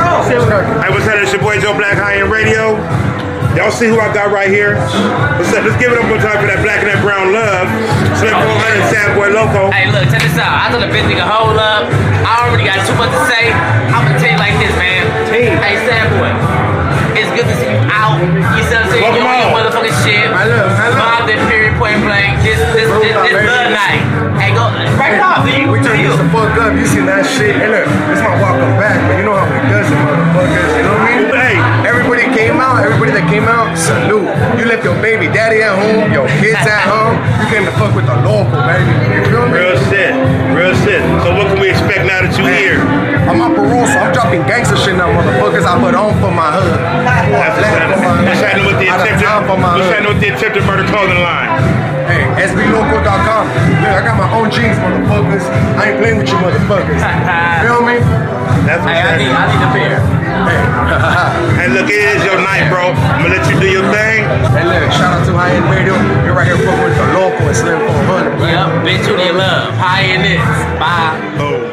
Hey, what's happening? It's your boy Joe Black High End Radio. Y'all see who I got right here? What's up? Let's give it up one time for that black and that brown love. Slim 400 Sad Boy Loco. Hey, look, check this out. I told the bitch nigga hold up. I already got too much to say. I'm gonna tell you like this, man. Hey, sad boy. It's good to see you out. You see what I'm saying? Welcome you on your on. motherfucking shit. I love- I love- Bob that period point blank. This this this, this, Bro, love baby. night. Hey, go right now, do you? We Do trying to you? get the fuck up. You seen that shit? And look, it's my welcome back, but you know how we does it, motherfuckers. You know what I mean? Hey. Everybody came out. Everybody that came out, salute. You left your baby daddy at home, your kids at home. You came to fuck with the local, baby. You feel me? Real shit. Real shit. So what can we expect now that you here? I'm on parole, so I'm dropping gangster shit now, motherfuckers. I put on for my hood. I That's left for my What's happening with the hood. Out of attempted, town for my what's hood. happening with the attempted murder calling line? Hey, SBLocal.com. Look, I got my own jeans, motherfuckers. I ain't playing with you, motherfuckers. Feel me? That's what's Hey, I need happening. I need a beer. Hey. Hey, look, it is your night, bro. I'm gonna let you do your thing. Hey, look, shout out to High End Radio. You're right here fucking with the local and Slim 400. Yep, bitch, you need love. High in this. Bye. Oh.